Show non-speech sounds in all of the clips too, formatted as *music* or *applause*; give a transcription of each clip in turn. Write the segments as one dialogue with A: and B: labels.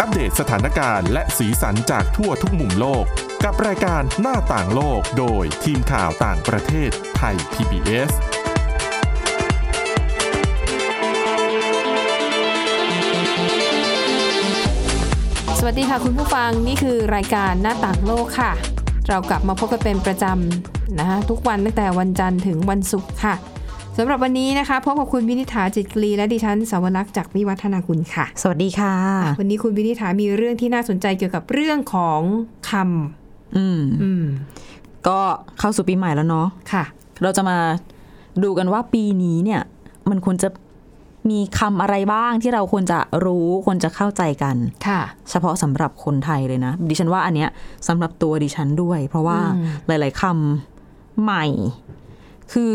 A: อัปเดตสถานการณ์และสีสันจากทั่วทุกมุมโลก กับรายการหน้าต่างโลกโดยทีมข่าวต่างประเทศไทย PBS
B: สวัสดีค่ะคุณผู้ฟังนี่คือรายการหน้าต่างโลกค่ะ เรากลับมาพบกันเป็นประจำนะคะทุกวันตั้งแต่วันจันทร์ถึงวันศุกร์ค่ะสำหรับวันนี้นะคะพบกับคุณวินิษฐาจิตกรีและดิฉันสาวรักษ์จากวิวัฒนาคุณค่ะ
C: สวัสดีค่ะ
B: วันนี้คุณวินิษฐามีเรื่องที่น่าสนใจเกี่ยวกับเรื่องของค
C: อืม
B: ำอืม
C: ก็เข้าสู่ปีใหม่แล้วเนาะ
B: ค่ะ
C: เราจะมาดูกันว่าปีนี้เนี่ย มันควรจะมีคำอะไรบ้างที่เราควรจะรู้ควรจะเข้าใจกัน
B: ค่ะ
C: เฉพาะสำหรับคนไทยเลยนะ ดิฉันว่าอันเนี้ยสำหรับตัวดิฉันด้วย เพราะว่า
B: อืม
C: หลาย ๆคำใหม่ คือ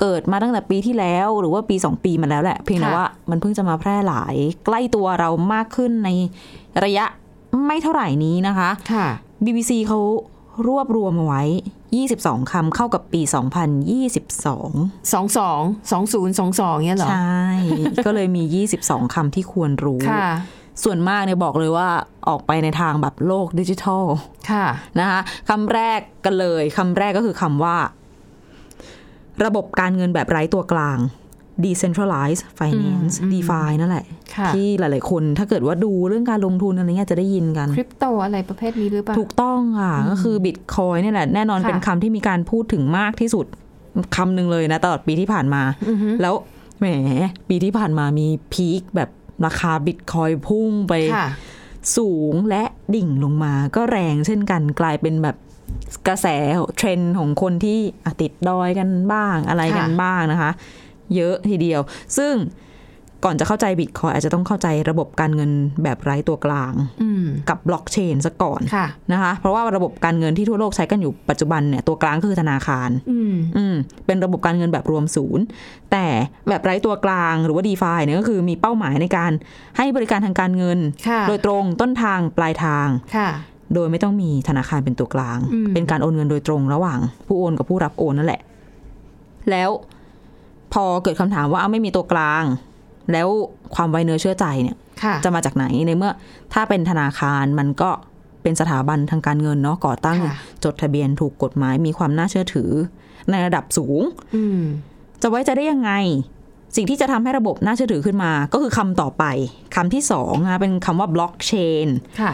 C: เกิดมาตั้งแต่ปีที่แล้วหรือว่าปีสองปีมาแล้วแหละ เพียงแต่ว่ามันเพิ่งจะมาแพร่หลาย ใกล้ตัวเรามากขึ้นในระยะไม่เท่าไหร่นี้นะคะ
B: ค่ะ
C: BBC เขารวบรวมเอาไว้ 22 คำเข้ากับปี 2022
B: สองสองสองศูนย์สองสองเนี่ยเหรอ
C: ใช่ ก็เลยมี 22 คำที่ควรรู้
B: ค่ะ
C: ส่วนมากเนี่ยบอกเลยว่าออกไปในทางแบบโลกดิจิทัล
B: ค่ะ
C: นะคะคำแรกกันเลยคำแรกก็คือคำว่า ระบบการเงินแบบไร้ตัวกลาง decentralized finance
B: อืมอืม
C: DeFi นั่นแหละ
B: ค่ะ
C: ที่หลายๆคนถ้าเกิดว่าดูเรื่องการลงทุนอะไรเงี้ยจะได้ยินกัน
B: คริปโตอะไรประเภทนี้หรือเปล่า
C: ถูกต้องค่ะก็คือบิตคอยนี่ยแหละแน่นอน
B: ค่ะ
C: เป็นคำที่มีการพูดถึงมากที่สุดคำหนึ่งเลยนะตลอดปีที่ผ่านมา
B: อือฮึ
C: แล้วแหมปีที่ผ่านมามีพีคแบบราคาบิตคอยพุ่งไป
B: ค่ะ
C: สูงและดิ่งลงมาก็แรงเช่นกันกลายเป็นแบบกระแสเทรนด์ของคนที่อ่ะติดดอยกันบ้างอะไรกัน
B: ค่ะ
C: บ้างนะคะ เยอะทีเดียว ซึ่งก่อนจะเข้าใจบิตคอยอาจจะต้องเข้าใจระบบการเงินแบบไร้ตัวกลาง
B: อืม
C: กับบล็อกเชนซะก่อน
B: ค่ะ
C: นะคะเพราะว่าระบบการเงินที่ทั่วโลกใช้กันอยู่ปัจจุบันเนี่ยตัวกลางก็คือธนาคาร
B: อืม
C: อืมเป็นระบบการเงินแบบรวมศูนย์ แต่แบบไร้ตัวกลางหรือว่า d e f i เนี่ยก็คือมีเป้าหมายในการให้บริการทางการเงิน
B: ค่ะ
C: โดยตรงต้นทางปลายทาง
B: ค่ะ
C: โดยไม่ต้องมีธนาคารเป็นตัวกลาง
B: อืม
C: เป็นการโอนเงินโดยตรงระหว่าง ผู้โอนกับผู้รับโอนนั่นแหละ แล้วพอเกิดคำถามว่าอ้าวไม่มีตัวกลาง แล้วความไว้เนื้อเชื่อใจเนี่ย
B: ค่ะ
C: จะมาจากไหนในเมื่อถ้าเป็นธนาคารมันก็เป็นสถาบันทางการเงินเนาะก่อตั้ง
B: ค่ะ
C: จดทะเบียนถูกกฎหมายมีความน่าเชื่อถือ ในระดับสูง
B: อืม
C: จะไว้ใจได้ยังไง สิ่งที่จะทำให้ระบบน่าเชื่อถือขึ้นมา ก็คือคำต่อไปคำที่สองนะเป็นคำว่าบล็อกเชน
B: ค่ะ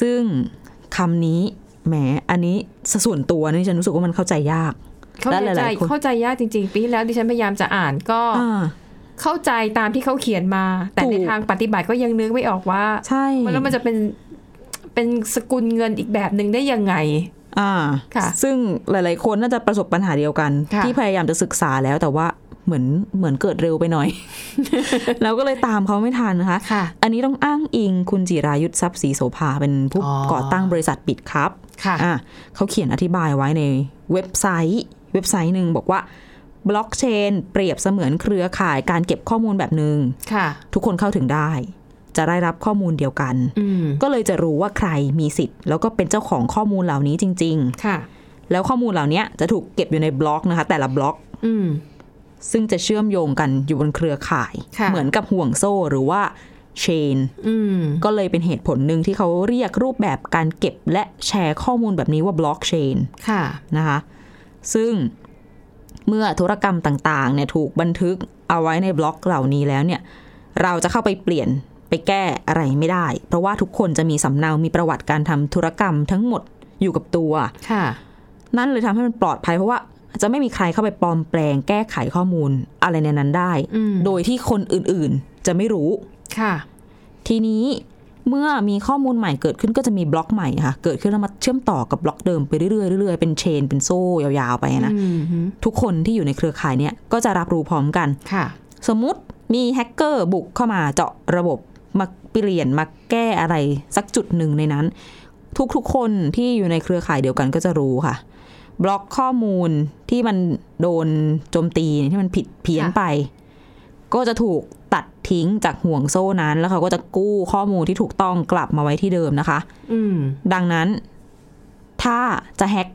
C: ซึ่งคำนี้แหมอันนี้สส่วนตัวนี่ฉันรู้สึกว่ามันเข้าใจยาก
B: เข้า
C: และห
B: ใจ
C: ลายๆคน
B: เข้าใจยากจริง ๆ ปีที่แล้วดิฉันพยายามจะอ่านก็
C: อ่า
B: เข้าใจตามที่เขาเขียนมา แต่
C: ถูก
B: ในทางปฏิบัติก็ยังนึกไม่ออกว่า
C: ใช่
B: แล้วมันจะเป็นเป็นสกุลเงินอีกแบบหนึ่งได้ยังไง
C: อ่า
B: ค่ะ
C: ซึ่งหลาย ๆ คนน่าจะประสบปัญหาเดียวกัน
B: ค่ะ
C: ที่พยายามจะศึกษาแล้วแต่ว่าเหมือนเหมือนเกิดเร็วไปหน่อย
B: *laughs*
C: แล้วก็เลยตามเขาไม่ทันนะคะ
B: ค่ะ
C: อันนี้ต้องอ้างอิงคุณจิรายุทธทรัพย์ศรีโสภาเป็นผู้
B: อ๋อ
C: ก่อตั้งบริษัทปิดครับ
B: ค่ะ
C: อ่ะเขาเขียนอธิบายไว้ในเว็บไซต์ เว็บไซต์หนึ่งบอกว่าบล็อกเชนเปรียบเสมือนเครือข่ายการเก็บข้อมูลแบบหนึ่ง
B: ค่ะ
C: ทุกคนเข้าถึงได้ จะได้รับข้อมูลเดียวกัน
B: อืม
C: ก็เลยจะรู้ว่าใครมีสิทธิ์ แล้วก็เป็นเจ้าของข้อมูลเหล่านี้จริง
B: ค่ะ
C: ๆ แล้วข้อมูลเหล่านี้จะถูกเก็บอยู่ในบล็อกนะคะ แต่ละบล็อก
B: อืม
C: ซึ่งจะเชื่อมโยงกันอยู่บนเครือข่าย
B: ค่ะ
C: เหมือนกับห่วงโซ่หรือว่าเชน
B: อืม
C: ก็เลยเป็นเหตุผลหนึ่งที่เขาเรียกรูปแบบการเก็บและแชร์ข้อมูลแบบนี้ว่าบล็อกเชน
B: ค่ะ
C: นะคะ ซึ่งเมื่อธุรกรรมต่างๆเนี่ยถูกบันทึกเอาไว้ในบล็อกเหล่านี้แล้วเนี่ย เราจะเข้าไปเปลี่ยนไปแก้อะไรไม่ได้ เพราะว่าทุกคนจะมีสำเนา มีประวัติการทำธุรกรรมทั้งหมดอยู่กับตัว
B: ค่ะ
C: นั่นเลยทำให้มันปลอดภัยเพราะว่าจะไม่มีใครเข้าไปปลอมแปลงแก้ไขข้อมูลอะไรในนั้นได้
B: อืม
C: โดยที่คนอื่นๆจะไม่รู้
B: ค่ะ
C: ทีนี้เมื่อมีข้อมูลใหม่เกิดขึ้นก็จะมีบล็อกใหม่ค่ะ เกิดขึ้นแล้วมาเชื่อมต่อกับบล็อกเดิมไปเรื่อยๆเรื่อยๆเป็นเชน เป็นโซ่ยาวๆไปนะ
B: อืมฮึ
C: ทุกคนที่อยู่ในเครือข่ายเนี่ยก็จะรับรู้พร้อมกัน
B: ค่ะ
C: สมมุติมีแฮกเกอร์บุกเข้ามาเจาะระบบมาเปลี่ยนมาแก้อะไรสักจุดหนึ่งในนั้น ทุกๆคนที่อยู่ในเครือข่ายเดียวกันก็จะรู้ค่ะ บล็อกข้อมูลที่มันโดนโจมตีที่มันผิดเพี้ยน
B: ค่ะ
C: ไป ก็จะถูกตัดทิ้งจากห่วงโซ่นั้น แล้วเขาก็จะกู้ข้อมูลที่ถูกต้องกลับมาไว้ที่เดิมนะคะ
B: อืม
C: ดังนั้นถ้าจะแฮก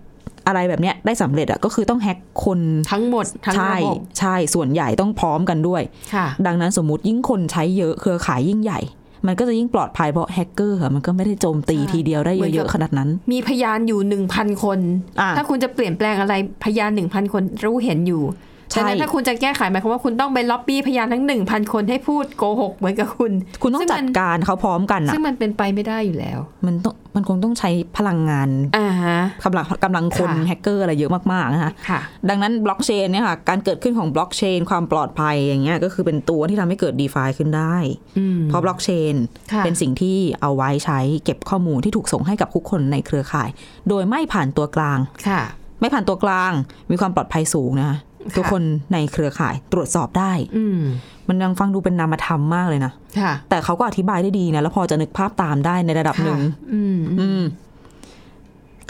C: อะไรแบบเนี้ยได้สำเร็จอะก็คือต้องแฮกคน
B: ทั้งหมดทั้ง
C: ใช่
B: ระบบ
C: ใช่ส่วนใหญ่ต้องพร้อมกันด้วย
B: ค่ะ
C: ดังนั้นสมมติยิ่งคนใช้เยอะเครือข่ายยิ่งใหญ่ มันก็จะยิ่งปลอดภัยเพราะแฮกเกอร์ค่ะมันก็ไม่ได้โจมตี
B: ใช่
C: ทีเดียวได้
B: เหมือน
C: เย
B: กั
C: อะ
B: บ
C: ๆขนาดนั้น
B: มีพยานอยู่หนึ่งพันคน
C: อ่ะ
B: ถ้าคุณจะเปลี่ยนแปลงอะไรพยานหนึ่งพันคนรู้เห็นอยู่
C: ใช่
B: ฉะนั้นถ้าคุณจะแก้ไขหมายความว่าคุณต้องไปล็อบบี้พยานทั้งหนึ่งพันคนให้พูดโกหกเหมือนกับคุณ
C: คุณต้องจัดการเขาพร้อมกันอ่ะ
B: ซึ่งมันเป็นไปไม่ได้อยู่แล้ว
C: มันต้องมันคงต้องใช้พลังงาน
B: อ่าฮะ
C: กำลังกำลังคน
B: ค่ะ
C: แฮกเกอร์อะไรเยอะมากๆนะคะ
B: ค่ะ
C: ดังนั้นบล็อกเชนเนี่ยค่ะการเกิดขึ้นของบล็อกเชนความปลอดภัยอย่างเงี้ยก็คือเป็นตัวที่ทำให้เกิด d e f าขึ้นได้
B: อืม
C: เพราะบล็อกเชน
B: ค่ะ
C: เป็นสิ่งที่เอาไว้ใช้เก็บข้อมูลที่ถูกส่งให้กับทุกคนในเครือข่าย โดยไม่ผ่านตัวกลาง
B: ค่ะ
C: ไม่ผ่านตัวกลางมีความปลอดภัยสูงนะคะ
B: ะ
C: ทุกคนในเครือข่ายตรวจสอบได้
B: อืม
C: มันยังฟังดูเป็นนามธรรมมากเลยนะ
B: ค่ะ
C: แต่เขาก็อธิบายได้ดีนะ แล้วพอจะนึกภาพตามได้ในระดับหนึ่ง
B: ค่ะอืม
C: อืม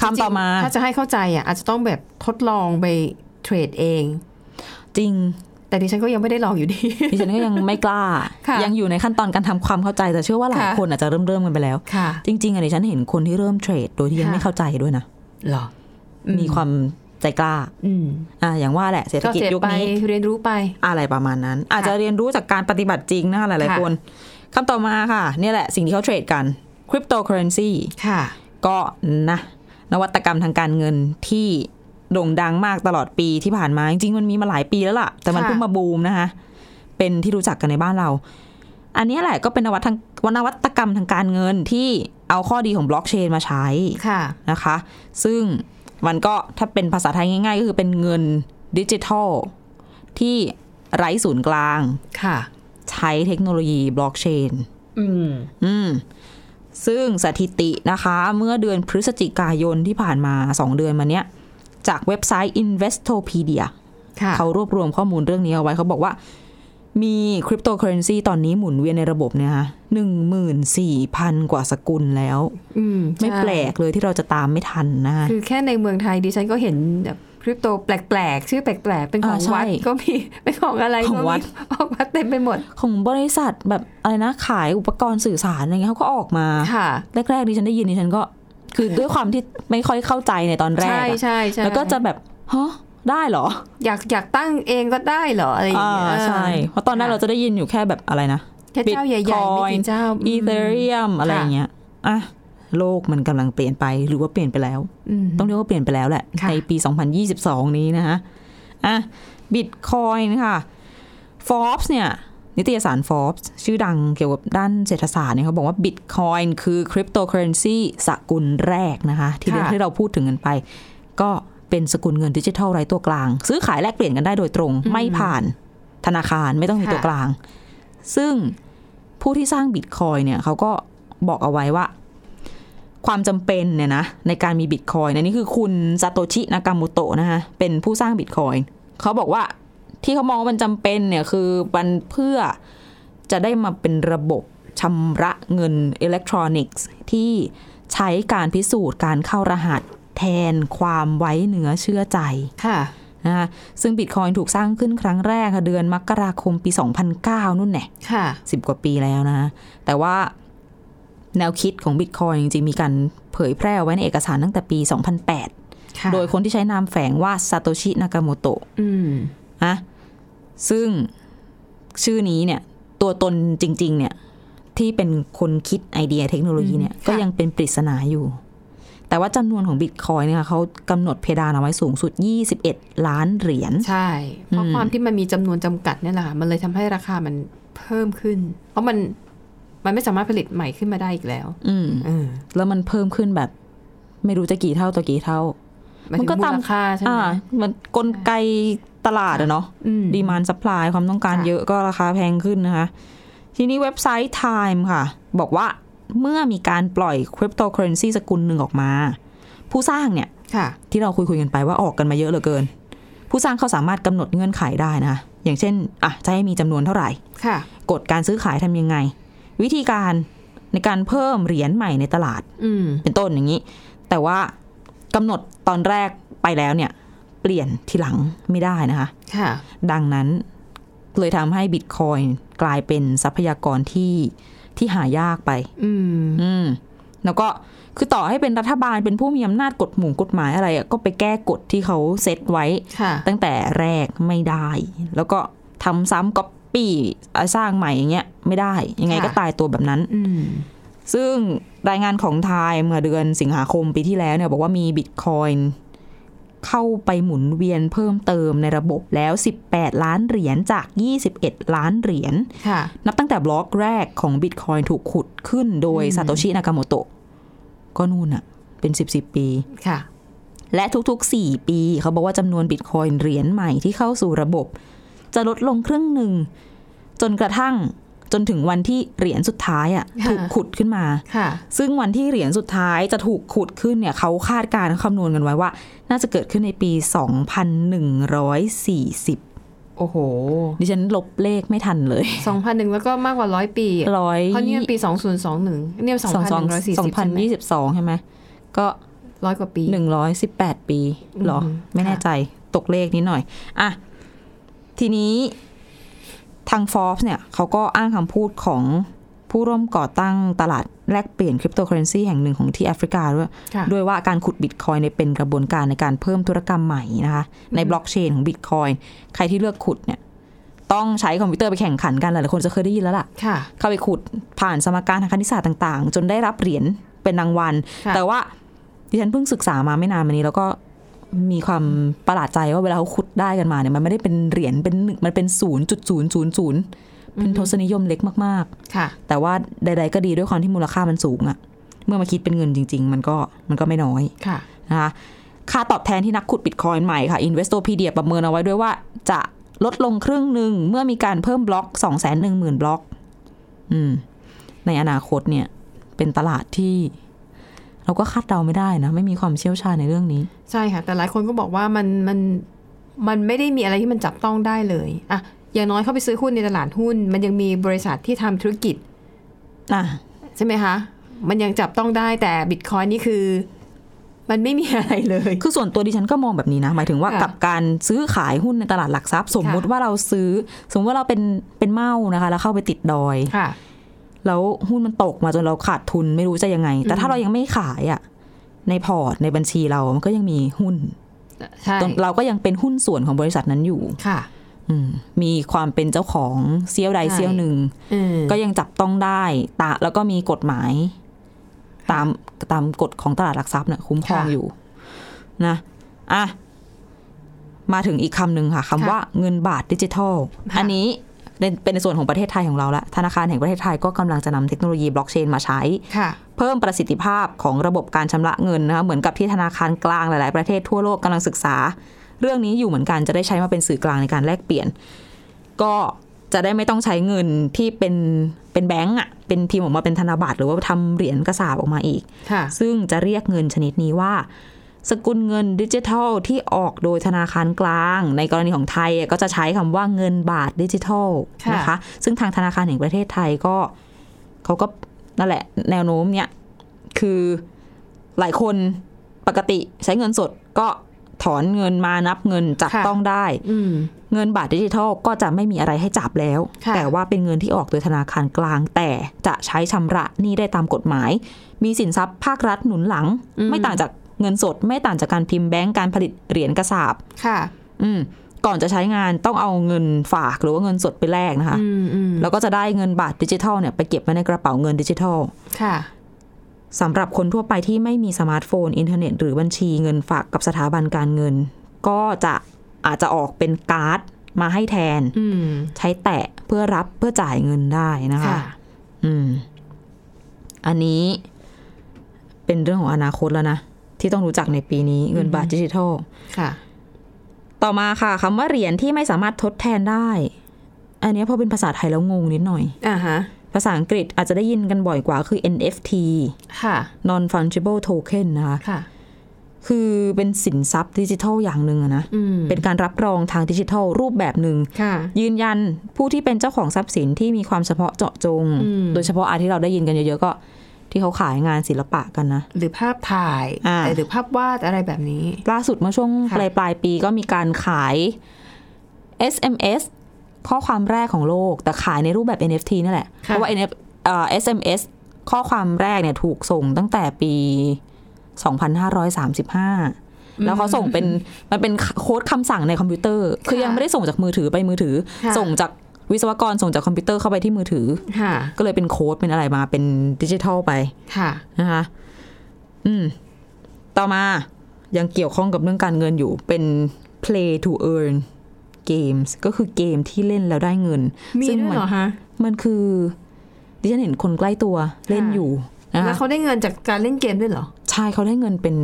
C: คำต่อมา
B: จริงๆถ้าจะให้เข้าใจอ่ะอาจจะต้องแบบทดลองไปเทรดเอง
C: จริง
B: แต่ดิฉันก็ยังไม่ได้ลองอยู่ดี
C: ดิฉันก็ยังไม่กล้า
B: ค่ะ
C: ยังอยู่ในขั้นตอนการทำความเข้าใจ แต่เชื่อว่าหลาย
B: ค่ะ
C: คนอาจจะเริ่มเริ่มกันไปแล้ว
B: ค่ะ
C: จริงๆอะดิฉันเห็นคนที่เริ่มเทรด โดยที่ยัง
B: ค่ะ
C: ไม่เข้าใจด้วยนะ
B: หรอ
C: มีความใจกล้า
B: อืม
C: อ่ะอย่างว่าแหละเศรษฐ
B: ก็
C: กิจ
B: เสร็จ
C: ยุค
B: ไป
C: นี้
B: เรียนรู้ไป
C: อะไรประมาณนั้น อาจจะเรียนรู้จากการปฏิบัติจริงนะคะหลาย
B: ค่ะ
C: ๆคนคำต่อมาค่ะเนี่ยแหละสิ่งที่เขาเทรดกันคริปโตเคอเรนซี
B: ค่ะ
C: ก็นะนวัตกรรมทางการเงินที่โด่งดังมากตลอดปีที่ผ่านมาจริงๆมันมีมาหลายปีแล้วล่ะ แต่มัน
B: ค่ะ
C: เพิ่งมาบูมนะคะเป็นที่รู้จักกันในบ้านเรา อันนี้แหละก็เป็นนวัตทางนวัตกรรมทางการเงินที่เอาข้อดีของบล็อกเชนมาใช้
B: ค่ะ
C: นะคะ ซึ่งมันก็ถ้าเป็นภาษาไทยง่าย ๆ ก็คือเป็นเงินดิจิทัล ที่ไร้ศูนย์กลาง
B: ค่ะ
C: ใช้เทคโนโลยีบล็อกเชน
B: อืม
C: อืม ซึ่งสถิตินะคะ เมื่อเดือนพฤศจิกายนที่ผ่านมา 2 เดือนมาเนี้ย จากเว็บไซต์ Investopedia
B: ค่ะ
C: เขารวบรวมข้อมูลเรื่องนี้เอาไว้เขาบอกว่า มีคริปโตเคอเรนซีตอนนี้หมุนเวียนในระบบเนี่ยค่ะหนึ่งหมื่นสี่พันกว่าสกุลแล้ว
B: อืม
C: ไม่
B: ใช่
C: แปลกเลยที่เราจะตามไม่ทันนะคะ
B: คือแค่ในเมืองไทยดิฉันก็เห็นแบบคริปโตแปลกๆ ชื่อแปลกๆ เป็นของ
C: อ่าใช่
B: วัดก็มี *laughs* เป็นของอะไร
C: ข
B: ก็
C: องวั
B: มี
C: ด
B: ออกมาเต็มไปหมด
C: ของบริษัทแบบอะไรนะขายอุปกรณ์สื่อสารอะไรเงี้ยเขาก็ออก
B: *laughs*
C: มา
B: ค่ะ
C: แรกๆดิฉันได้ยินดิฉันก็ คือด้วยความที่ไม่ค่อยเข้าใจในตอนแรก
B: ใช่
C: อะ
B: ใช่ใช่
C: แล้วก็จะแบบฮะได้เหรอ
B: อยากอยากตั้งเองก็ได้เหรออะไรอย่าง
C: อ่า
B: เงี้ย
C: ใช่เพราะตอนแรกเราจะได้ยินอยู่แค่แบบอะไรนะ
B: แค่เจ้าใหญ่ๆไม่
C: Bitcoin
B: กี่เจ้า
C: อีเธเรียมอะไรเงี้ยอ่ะโลกมันกำลังเปลี่ยนไปหรือว่าเปลี่ยนไปแล้ว
B: อืม
C: ต้องเรียกว่าเปลี่ยนไปแล้วแหละ
B: ค่ะ
C: ในปี 2022 นี้นะคะอ่ะบิตคอยน์ค่ะ Forbes เนี่ย นิตยสาร Forbes ชื่อดังเกี่ยวกับด้านเศรษฐศาสตร์เนี่ยเขาบอกว่าบิตคอยน์คือคริปโตเคอเรนซีสกุลแรกนะคะ ที่เรื่อง
B: ค่ะ
C: ที่เราพูดถึงกันไป ก็เป็นสกุลเงินดิจิทัลไร้ตัวกลาง ซื้อขายแลกเปลี่ยนกันได้โดยตรง ไม่ผ่านธนาคารไม่ต้องมีตัวกลาง ซึ่งผู้ที่สร้างบิตคอยน์เนี่ยเขาก็บอกเอาไว้ว่า ความจำเป็นเนี่ยนะในการมีบิตคอยน์อันนี้คือคุณซาโตชินากาโมโตะนะคะเป็นผู้สร้างบิตคอยน์เขาบอกว่าที่เขามองว่ามันจำเป็นเนี่ยคือมันเพื่อจะได้มาเป็นระบบชำระเงินอิเล็กทรอนิกส์ที่ใช้การพิสูจน์การเข้ารหัสแทนความไว้เนื้อเชื่อใจ
B: ค่ะ
C: นะคะซึ่งบิตคอยน์ถูกสร้างขึ้นครั้งแรกค่ะเดือนมกราคมปี 2009 นู่นแน่
B: ค่ะ
C: สิบกว่าปีแล้วนะคะแต่ว่าแนวคิดของบิตคอยน์จริงๆ มีการเผยแพร่ไว้ในเอกสารตั้งแต่ปี 2008
B: ค่ะ
C: โดยคนที่ใช้นามแฝงว่าซาโตชินากาโมโตะ
B: อืม
C: นะซึ่งชื่อนี้เนี่ย ตัวตนจริง ๆ เนี่ย ที่เป็นคนคิดไอเดียเทคโนโลยีเนี่ย
B: อืมค่ะ
C: ก็ยังเป็นปริศนาอยู่ แต่ว่าจำนวนของบิตคอยน์เนี่ยค่ะเขากำหนดเพดานเอาไว้สูงสุด 21 ล้านเหรียญ
B: ใช่ เพราะความที่มันมีจำนวนจำกัดเนี่ยแหละค่ะมันเลยทำให้ราคามันเพิ่มขึ้น เพราะมันมันไม่สามารถผลิตใหม่ขึ้นมาได้อีกแล้ว
C: อืม
B: อืม
C: แล้วมันเพิ่มขึ้นแบบ ไม่รู้จะกี่เท่าต่อกี่เท่า
B: หายถึง
C: มันก็ตาม
B: ลค่าใช่ไหม
C: อ่า มันกลไกตลาดอะเนาะ
B: อืม
C: ดีมานซัพพลายความต้องการ
B: ค่ะ
C: เยอะก็ราคาแพงขึ้นนะคะ ทีนี้เว็บไซต์ Time ค่ะ บอกว่าเมื่อมีการปล่อยคริปโตเคอเรนซีสกุลหนึ่งออกมา ผู้สร้างเนี่ย
B: ค่ะ
C: ที่เราคุยคุยๆกันไปว่าออกกันมาเยอะเหลือเกิน ผู้สร้างเขาสามารถกำหนดเงื่อนไขได้นะคะอย่างเช่นอ่ะจะให้มีจำนวนเท่าไหร่
B: ค่ะ
C: กฎการซื้อขายทำยังไง วิธีการในการเพิ่มเหรียญใหม่ในตลาด
B: อืม
C: เป็นต้นอย่างนี้ แต่ว่ากำหนดตอนแรกไปแล้วเนี่ย เปลี่ยนทีหลังไม่ได้นะคะ
B: ค่ะ
C: ดังนั้นเลยทำให้บิตคอยน์กลายเป็นทรัพยากรที่ที่หายากไป
B: อืม
C: อืม แล้วก็คือต่อให้เป็นรัฐบาลเป็นผู้มีอำนาจกฎหมู่กฎหมายอะไรอะก็ไปแก้กฎที่เขาเซตไว้
B: ค่ะ
C: ตั้งแต่แรกไม่ได้ แล้วก็ทำซ้ำก๊อป ปี้เอ่อสร้างใหม่อย่างเงี้ยไม่ได้ ยังไง
B: ค่ะ
C: ก็ตายตัวแบบนั้น
B: อืม
C: ซึ่งรายงานของไทยเมื่อเดือนสิงหาคมปีที่แล้วเนี่ยบอกว่ามีบิตคอยน์เข้าไปหมุนเวียนเพิ่มเติมในระบบแล้ว 18 ล้านเหรียญจาก 21 ล้านเหรียญ
B: ค่ะ
C: นับตั้งแต่บล็อกแรกของบิตคอยน์ถูกขุดขึ้นโดย
B: อืม
C: ซาโตชินากาโมโตะก็นู่นอะเป็น 10 10 ปี
B: ค่ะ
C: และทุกๆ 4 ปีเขาบอกว่าจำนวนบิตคอยน์เหรียญใหม่ที่เข้าสู่ระบบ จะลดลงครึ่งหนึ่ง จนกระทั่งจนถึงวันที่เหรียญสุดท้ายอะ
B: ค่ะ
C: ถูกขุดขึ้นมา
B: ค่ะ
C: ซึ่งวันที่เหรียญสุดท้ายจะถูกขุดขึ้นเนี่ยเขาคาดการณ์คำนวณกันไว้ว่า น่าจะเกิดขึ้นในปี 2140
B: โอ้โห
C: ดิฉันลบเลขไม่ทันเลย
B: สองพันหนึ่งแล้วก็มากกว่าร้อยปีอะ
C: ร้อย
B: เพราะนี่มันปีสองศูนย์สองหนึ่งเนี่ยสองพันหนึ่งร้อยสี่สิบ
C: พันยี่สิบสองใช่ไหมก็
B: ร้อยกว่าปี
C: หนึ่งร้อยสิบแปดปีเหรอ
B: อืม
C: ไม่แน่ใจตกเลขนิดหน่อย อ่ะ ทีนี้ทาง Forbes เนี่ยเขาก็อ้างคำพูดของผู้ร่วมก่อตั้งตลาดแลกเปลี่ยนคริปโตเคอเรนซีแห่งหนึ่งของที่แอฟริกาด้วย
B: ค่ะ
C: ด้วยว่าการขุดบิตคอยน์เนี่ยเป็นกระบวนการในการเพิ่มธุรกรรมใหม่นะคะ ในบล็อกเชนของบิตคอยน์ใครที่เลือกขุดเนี่ย ต้องใช้คอมพิวเตอร์ไปแข่งขันกันหลายๆคนจะเคยได้ยินแล้วล่ะ
B: ค่ะ
C: เข้าไปขุดผ่านสมการทางคณิตศาสตร์ต่างๆ จนได้รับเหรียญเป็นรางวัล
B: ค่ะ
C: แต่ว่าดิฉันเพิ่งศึกษามาไม่นานมานี้ แล้วก็มีความประหลาดใจว่าเวลาเขาขุดได้กันมาเนี่ยมันไม่ได้เป็นเหรียญเป็นหนึ่งมันเป็นศูนย์จุดศูนย์ศูนย์ศูนย์เป็นทศนิยมเล็กมาก
B: ค่ะ
C: ๆ แต่ว่าใด ๆ ก็ดีด้วยความที่มูลค่ามันสูงอะเมื่อมาคิดเป็นเงินจริง ๆ มันก็มันก็ไม่น้อย
B: ค่ะ
C: นะคะค่าตอบแทนที่นักขุดบิตคอยน์ใหม่ค่ะ Investopedia ประเมินเอาไว้ด้วยว่าจะลดลงครึ่งหนึ่งเมื่อมีการเพิ่มบล็อก 2 1 0 0 0 0 บล็อกอืมในอนาคตเนี่ย เป็นตลาดที่ เราก็คาดเดาไม่ได้นะ ไม่มีความเชี่ยวชาญในเรื่องนี้
B: ใช่ค่ะ แต่หลายคนก็บอกว่ามันมันมันไม่ได้มีอะไรที่มันจับต้องได้เลยอะอย่างน้อยเข้าไปซื้อหุ้นในตลาดหุ้น มันยังมีบริษัทที่ทำธุรกิจ
C: อ่ะ
B: ใช่ไหมคะ มันยังจับต้องได้แต่บิตคอยนี่คือ มันไม่มีอะไรเลย
C: คือส่วนตัวดิฉันก็มองแบบนี้นะ หมายถึงว่า
B: ค่ะ
C: กับการซื้อขายหุ้นในตลาดหลักทรัพย์ สมมุติ
B: ค่ะ
C: ว่าเราซื้อ สมมติว่าเราเป็นเป็นเมานะคะ แล้วเข้าไปติดดอย
B: ค่ะ
C: แล้วหุ้นมันตกมาจนเราขาดทุนไม่รู้จะยังไง แต่ถ้าเรายังไม่ขายอะในพอร์ตในบัญชีเรามันก็ยังมีหุ้น
B: ใช่
C: ตนเราก็ยังเป็นหุ้นส่วนของบริษัทนั้นอยู่
B: ค่ะ
C: อืมมีความเป็นเจ้าของเซี่ยวใด
B: ใช่
C: เซี่ยวหนึ่ง
B: อืม
C: ก็ยังจับต้องได้ตาแล้วก็มีกฎหมาย ตามตามกฎของตลาดหลักทรัพย์เนี่ยคุ้มครอง
B: ค่ะ
C: อยู่นะอ่ะมาถึงอีกคำหนึ่งค่ะคำ
B: ค่ะ
C: ว่าเงินบาทดิจิทัล
B: ค่ะ
C: อันนี้เป็นเป็นในส่วนของประเทศไทยของเราละธนาคารแห่งประเทศไทยก็กำลังจะนำเทคโนโลยีบล็อกเชนมาใช้
B: ค่ะ
C: เพิ่มประสิทธิภาพของระบบการชำระเงินนะคะเหมือนกับที่ธนาคารกลางหลาย ๆ ประเทศทั่วโลกกำลังศึกษา เรื่องนี้อยู่เหมือนกันจะได้ใช้มาเป็นสื่อกลางในการแลกเปลี่ยน ก็จะได้ไม่ต้องใช้เงินที่เป็นเป็นแบงก์อ่ะเป็นพิมพ์ออกมาเป็นธนบัตรหรือว่าทำเหรียญกระสาบออกมาอีก
B: ค่ะ
C: ซึ่งจะเรียกเงินชนิดนี้ว่า สกุลเงินดิจิทัลที่ออกโดยธนาคารกลาง ในกรณีของไทยอ่ะก็จะใช้คำว่าเงินบาทดิจิทัล
B: ค่ะ
C: นะคะ ซึ่งทางธนาคารแห่งประเทศไทยก็เขาก็นั่นแหละ แนวโน้มเนี่ยคือหลายคนปกติใช้เงินสดก็ถอนเงินมานับเงินจับต้องได้
B: อืม
C: เงินบาทดิจิทัลก็จะไม่มีอะไรให้จับแล้ว
B: ค่ะ
C: แต่ว่าเป็นเงินที่ออกโดยธนาคารกลาง แต่จะใช้ชำระหนี้ได้ตามกฎหมาย มีสินทรัพย์ภาครัฐหนุนหลัง ไม่ต่างจากเงินสด ไม่ต่างจากการพิมพ์แบงก์การผลิตเหรียญกระสาบ
B: ค่ะ
C: อืมก่อนจะใช้งานต้องเอาเงินฝากหรือว่าเงินสดไปแลกนะคะ
B: อืมอืม
C: แล้วก็จะได้เงินบาทดิจิทัลเนี่ยไปเก็บไว้ในกระเป๋าเงินดิจิทัล
B: ค่ะ
C: สำหรับคนทั่วไปที่ไม่มีสมาร์ทโฟน อินเทอร์เน็ต หรือบัญชีเงินฝากกับสถาบันการเงิน ก็จะอาจจะออกเป็นการ์ดมาให้แทน
B: อืม
C: ใช้แตะเพื่อรับเพื่อจ่ายเงินได้นะคะ
B: ค่ะ
C: อืม อันนี้เป็นเรื่องของอนาคตแล้วนะ ที่ต้องรู้จักในปีนี้เงินบาทดิจิทัล
B: ค่ะ
C: ต่อมาค่ะคำว่าเหรียญที่ไม่สามารถทดแทนได้ อันนี้พอเป็นภาษาไทยแล้วงงนิดหน่อย
B: อ่าฮะ
C: ภาษาอังกฤษอาจจะได้ยินกันบ่อยกว่าคือ NFT
B: ค่ะ
C: non fungible token นะคะ
B: ค่ะ
C: คือเป็นสินทรัพย์ดิจิทัลอย่างหนึ่งอะนะ
B: อืม
C: เป็นการรับรองทางดิจิทัลรูปแบบหนึ่ง
B: ค่ะ
C: ยืนยันผู้ที่เป็นเจ้าของทรัพย์สินที่มีความเฉพาะเจาะจง
B: อืม
C: โดยเฉพาะอาที่เราได้ยินกันเยอะๆก็ ที่เขาขายงานศิลปะกันนะ
B: หรือภาพถ่าย
C: อ่า
B: เอ่อหรือภาพวาดอะไรแบบนี้
C: ล่าสุดเมื่อช่วง
B: ค่ะ
C: ปลายปลายๆปีก็มีการขาย SMS ข้อความแรกของโลก แต่ขายในรูปแบบ NFT นั่นแหละ เพราะว่า NF เอ่อ SMS ข้อความแรกเนี่ยถูกส่งตั้งแต่ปี 2535 แล้วเขาส่งเป็น มันเป็นโค้ดคำสั่งในคอมพิวเตอร์ คือยังไม่ได้ส่งจากมือถือไปมือถือ
B: ค่ะ
C: ส่งจาก วิศวกรส่งจากคอมพิวเตอร์เข้าไปที่มือถือ
B: ค่ะ
C: ก็เลยเป็นโค้ดเป็นอะไรมาเป็นดิจิทัลไป
B: ค่ะ
C: นะคะอืม ต่อมายังเกี่ยวข้องกับเรื่องการเงินอยู่เป็น play to earn games ก็คือเกมที่เล่นแล้วได้เงิน
B: มี
C: ซึ่ง
B: ด้ว
C: มั
B: ย
C: น
B: เหรอคะ
C: มันคือดิฉันเห็นคนใกล้ตัวเล่น
B: ค่ะ
C: อยู่นะ
B: แล้ว
C: คะ
B: เขาได้เงินจากการเล่นเกมด้วยเหรอ
C: ใช่เขาได้เงินเป็น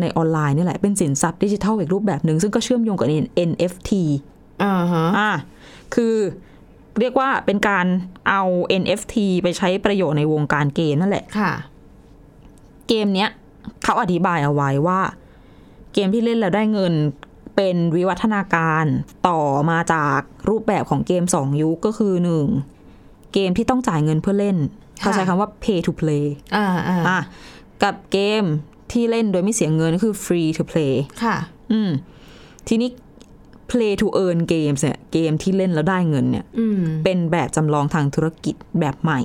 C: ในออนไลน์นี่แหละ เป็นสินทรัพย์ดิจิทัลอีกรูปแบบหนึ่งซึ่งก็เชื่อมโยงกับ NFT
B: อ่าฮะ
C: อ่าคือเรียกว่าเป็นการเอา NFT ไปใช้ประโยชน์ในวงการเกมนั่นแหละ
B: ค่ะ
C: เกมเนี้ยเขาอธิบายเอาไว้ว่า เกมที่เล่นแล้วได้เงินเป็นวิวัฒนาการต่อมาจากรูปแบบของเกม 2 ยุคก็คือ 1 เกมที่ต้องจ่ายเงินเพื่อเล่น เขาใช้คำว่า pay to play
B: อ่าอ่า
C: อ่ะกับเกมที่เล่นโดยไม่เสียเงินก็คือ free to play
B: ค่ะ
C: อืมทีนี้ play to earn games เนี่ยเกมที่เล่นแล้วได้เงินเนี่ย
B: อืม
C: เป็นแบบจำลองทางธุรกิจแบบใหม่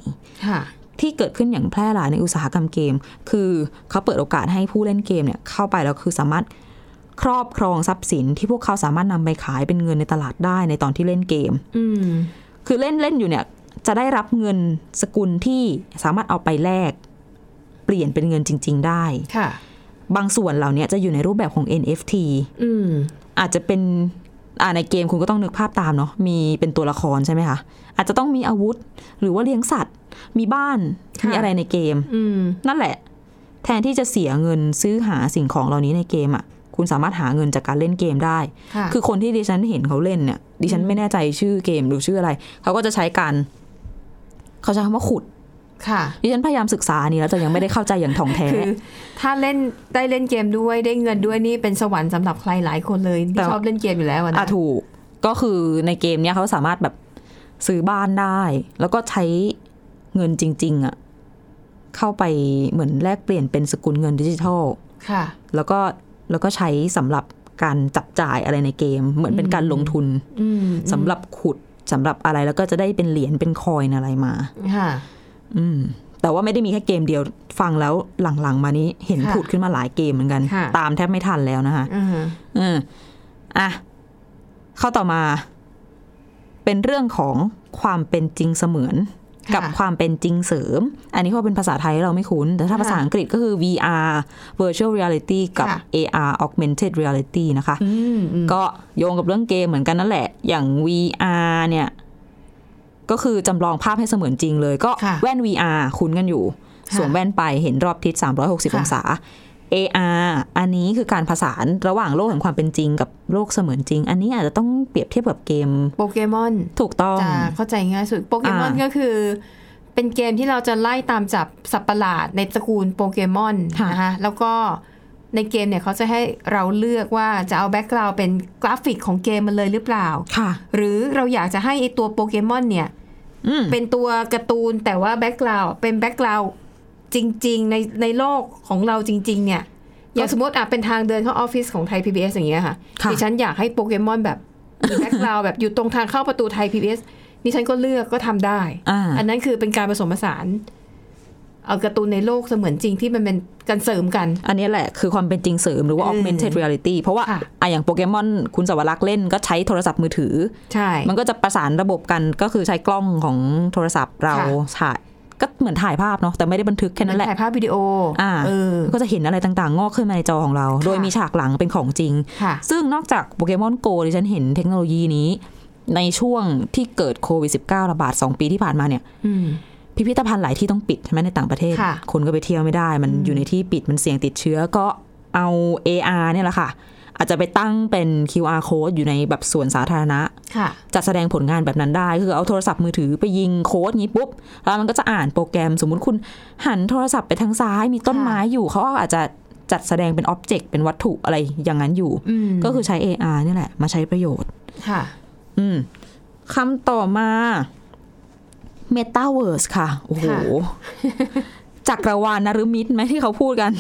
B: ค่ะ
C: ที่เกิดขึ้นอย่างแพร่หลายในอุตสาหกรรมเกม คือเขาเปิดโอกาสให้ผู้เล่นเกมเนี่ยเข้าไปแล้วคือสามารถครอบครองทรัพย์สินที่พวกเขาสามารถนำไปขายเป็นเงินในตลาดได้ในตอนที่เล่นเกม
B: อืม
C: คือเล่นเล่นอยู่เนี่ยจะได้รับเงินสกุลที่สามารถเอาไปแลกเปลี่ยนเป็นเงินจริง ๆ ได้
B: ค่ะ
C: บางส่วนเหล่านี้จะอยู่ในรูปแบบของ NFT
B: อืม
C: อาจจะเป็นอ่าในเกมคุณก็ต้องนึกภาพตามเนาะมีเป็นตัวละครใช่ไหมคะ อาจจะต้องมีอาวุธ หรือว่าเลี้ยงสัตว์ มีบ้าน
B: ค่ะ
C: มีอะไรในเกม
B: อืม
C: นั่นแหละ แทนที่จะเสียเงินซื้อหาสิ่งของเหล่านี้ในเกมอะ่ะ คุณสามารถหาเงินจากการเล่นเกมได้
B: ค่ะ
C: คือคนที่ดิฉันเห็นเขาเล่นเนี่ย ดิฉันไม่แน่ใจชื่อเกมหรือชื่ออะไร เขาก็จะใช้การเขาใช้คำว่าขุด
B: ค่ะ
C: ดิฉันพยายามศึกษาอันนี้แล้วแต่ยังไม่ได้เข้าใจอย่างถ่องแท้
B: คือถ้าเล่นได้เล่นเกมด้วยได้เงินด้วยนี่เป็นสวรรค์สำหรับใครหลายคนเลย
C: แต่
B: ที่ชอบเล่นเกมอยู่แล้วอะ
C: อ่ะ
B: นะ
C: ถูกก็คือในเกมเนี้ยเขาสามารถแบบซื้อบ้านได้ แล้วก็ใช้เงินจริง ๆอะเข้าไปเหมือนแลกเปลี่ยนเป็นสกุลเงินดิจิทัล
B: ค่ะ
C: แล้วก็แล้วก็ใช้สำหรับการจับจ่ายอะไรในเกม เหมือนเป็นการลงทุน
B: อืม
C: สำหรับขุดสำหรับอะไรแล้วก็จะได้เป็นเหรียญเป็นคอยน์อะไรมา
B: ค่ะ
C: อืม แต่ว่าไม่ได้มีแค่เกมเดียวฟังแล้วหลังๆ มานี้เห็น
B: ค่ะ
C: ผุดขึ้นมาหลายเกมเหมือนกัน
B: ค่ะ
C: ตามแทบไม่ทันแล้วนะคะ
B: อ่า
C: เอออ่ะ เข้าต่อมา เป็นเรื่องของความเป็นจริงเสมือน
B: ะ
C: กับความเป็นจริงเสริม อันนี้เขาเป็นภาษาไทยเราไม่คุ้น แต่ถ้า
B: ค่ะ
C: ภาษาอังกฤษก็คือ VR virtual reality กับ
B: ค่ะ
C: AR augmented reality นะคะ
B: อืมอืม
C: ก็โยงกับเรื่องเกมเหมือนกันนั่นแหละ อย่าง VR เนี่ย ก็คือจำลองภาพให้เสมือนจริงเลย ก็
B: ค่ะ
C: แว่น VR คุ้นกันอยู่
B: ะ
C: สวมแว่นไปเห็นรอบทิศ 360
B: ค่ะ
C: องศา AR อันนี้คือการผสานระหว่างโลกแห่งความเป็นจริงกับโลกเสมือนจริง อันนี้อาจจะต้องเปรียบเทียบกับเกม
B: โปเกมอน
C: ถูกต้อง
B: จะเข้าใจง่ายสุดโปเกมอน
C: อ่า
B: ก็คือ เป็นเกมที่เราจะไล่ตามจับสัตว์ประหลาดในตระกูลโปเกมอนนะคะแล้วก็ในเกมเนี่ยเขาจะให้เราเลือกว่าจะเอาแบ็กกราวเป็นกราฟิกของเกมมันเลยหรือเปล่า
C: ค่ะ
B: หรือเราอยากจะให้ไอตัวโปเกมอนเนี่ย
C: อืม
B: เป็นตัวการ์ตูนแต่ว่าแบ็กกราวเป็นแบ็กกราวจริง ๆ ในในโลกของเราจริง ๆ เนี่ยอย่างสมมติอ่ะเป็นทางเดินเข้าออฟฟิศของไทย PBS อย่างเงี้ยค่ะ
C: ค่ะ
B: ดิฉันอยากให้โปเกมอนแบบมีแบ็กกราวแบบอยู่ตรงทางเข้าประตูไทย PBS ดิฉันก็เลือกก็ทำได้
C: อ่า
B: อันนั้นคือเป็นการผสมผสานเอาการ์ตูนในโลกเสมือนจริงที่มันเป็นการเสริมกัน
C: อันนี้แหละคือความเป็นจริงเสริมหรือว่า
B: อืม
C: augmented reality เพราะว่า
B: ค่ะ
C: อ่ะอย่างโปเกมอนคุณสวรักษ์เล่นก็ใช้โทรศัพท์มือถือ
B: ใช่
C: มันก็จะประสานระบบกันก็คือใช้กล้องของโทรศัพท์เรา
B: ค่ะ
C: ถ่ายก็เหมือนถ่ายภาพเนาะแต่ไม่ได้บันทึกแค่นั้นแหละ
B: ถ่ายภาพวิดีโออา เออ
C: ก็จะเห็นอะไรต่างๆ งอกขึ้นมาในจอของเรา โดย
B: ค่ะ
C: มีฉากหลังเป็นของจริง
B: ค่ะ
C: ซึ่งนอกจากโปเกมอนโกดิฉันเห็นเทคโนโลยีนี้ ในช่วงที่เกิดโควิด -19 ระบาด 2 ปีที่ผ่านมาเนี่ย
B: อืม
C: พิพิธภัณฑ์หลายที่ต้องปิดใช่ไหมในต่างประเทศ
B: ค่ะ
C: คนก็ไปเที่ยวไม่ได้ มันอยู่ในที่ปิดมันเสี่ยงติดเชื้อก็เอา AR เนี่ยแหละค่ะ อาจจะไปตั้งเป็น QR code อยู่ในแบบส่วนสาธารณะ
B: ค่ะ
C: จัดแสดงผลงานแบบนั้นได้ คือเอาโทรศัพท์มือถือไปยิงโค้ดนี้ปุ๊บ แล้วมันก็จะอ่านโปรแกรมสมมุติคุณหันโทรศัพท์ไปทางซ้ายมีต้น
B: ค่ะ
C: ไม้อยู่ เขาอาจจะจัดแสดงเป็นอ็อบเจกต์เป็นวัตถุอะไรอย่างนั้นอยู่
B: อืม
C: ก็คือใช้ AR นี่แหละ มาใช้ประโยชน์
B: ค่ะ
C: อืมคำต่อมา Metaverse ค่ะ โอ้โห
B: ค่ะ
C: จักรวาลนฤมิตไหมที่เขาพูดกัน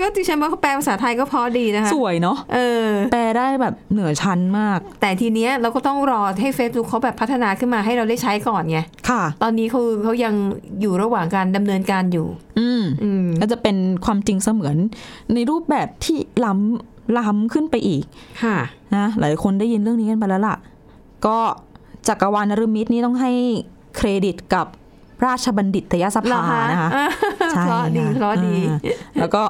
B: ก็ดิฉันว่าเขาแปลภาษาไทยก็เพอดีนะคะ
C: สวยเนาะ
B: เออ
C: แปลได้แบบเหนือชั้นมาก
B: แต่ทีเนี้ยเราก็ต้องรอให้ Facebook เขาแบบพัฒนาขึ้นมาให้เราได้ใช้ก่อนไง
C: ค่ะ
B: ตอนนี้เขาเขายังอยู่ระหว่างการดำเนินการอยู่
C: อืม
B: อืม
C: ก็จะเป็นความจริงเสมือนในรูปแบบที่ล้ำล้ำขึ้นไปอีก
B: ค่ะ
C: นะหลายคนได้ยินเรื่องนี้กันไปแล้วล่ะ ก็ จักรวาลนฤมิตนี่ต้องให้เครดิตกับราชบัณฑิตยส
B: เหร
C: ภา
B: อคะ
C: นะคะ
B: อ่า
C: ใช่
B: เพราะดีเพ
C: ค่ะ
B: ราะดี
C: อ่าแล้วก็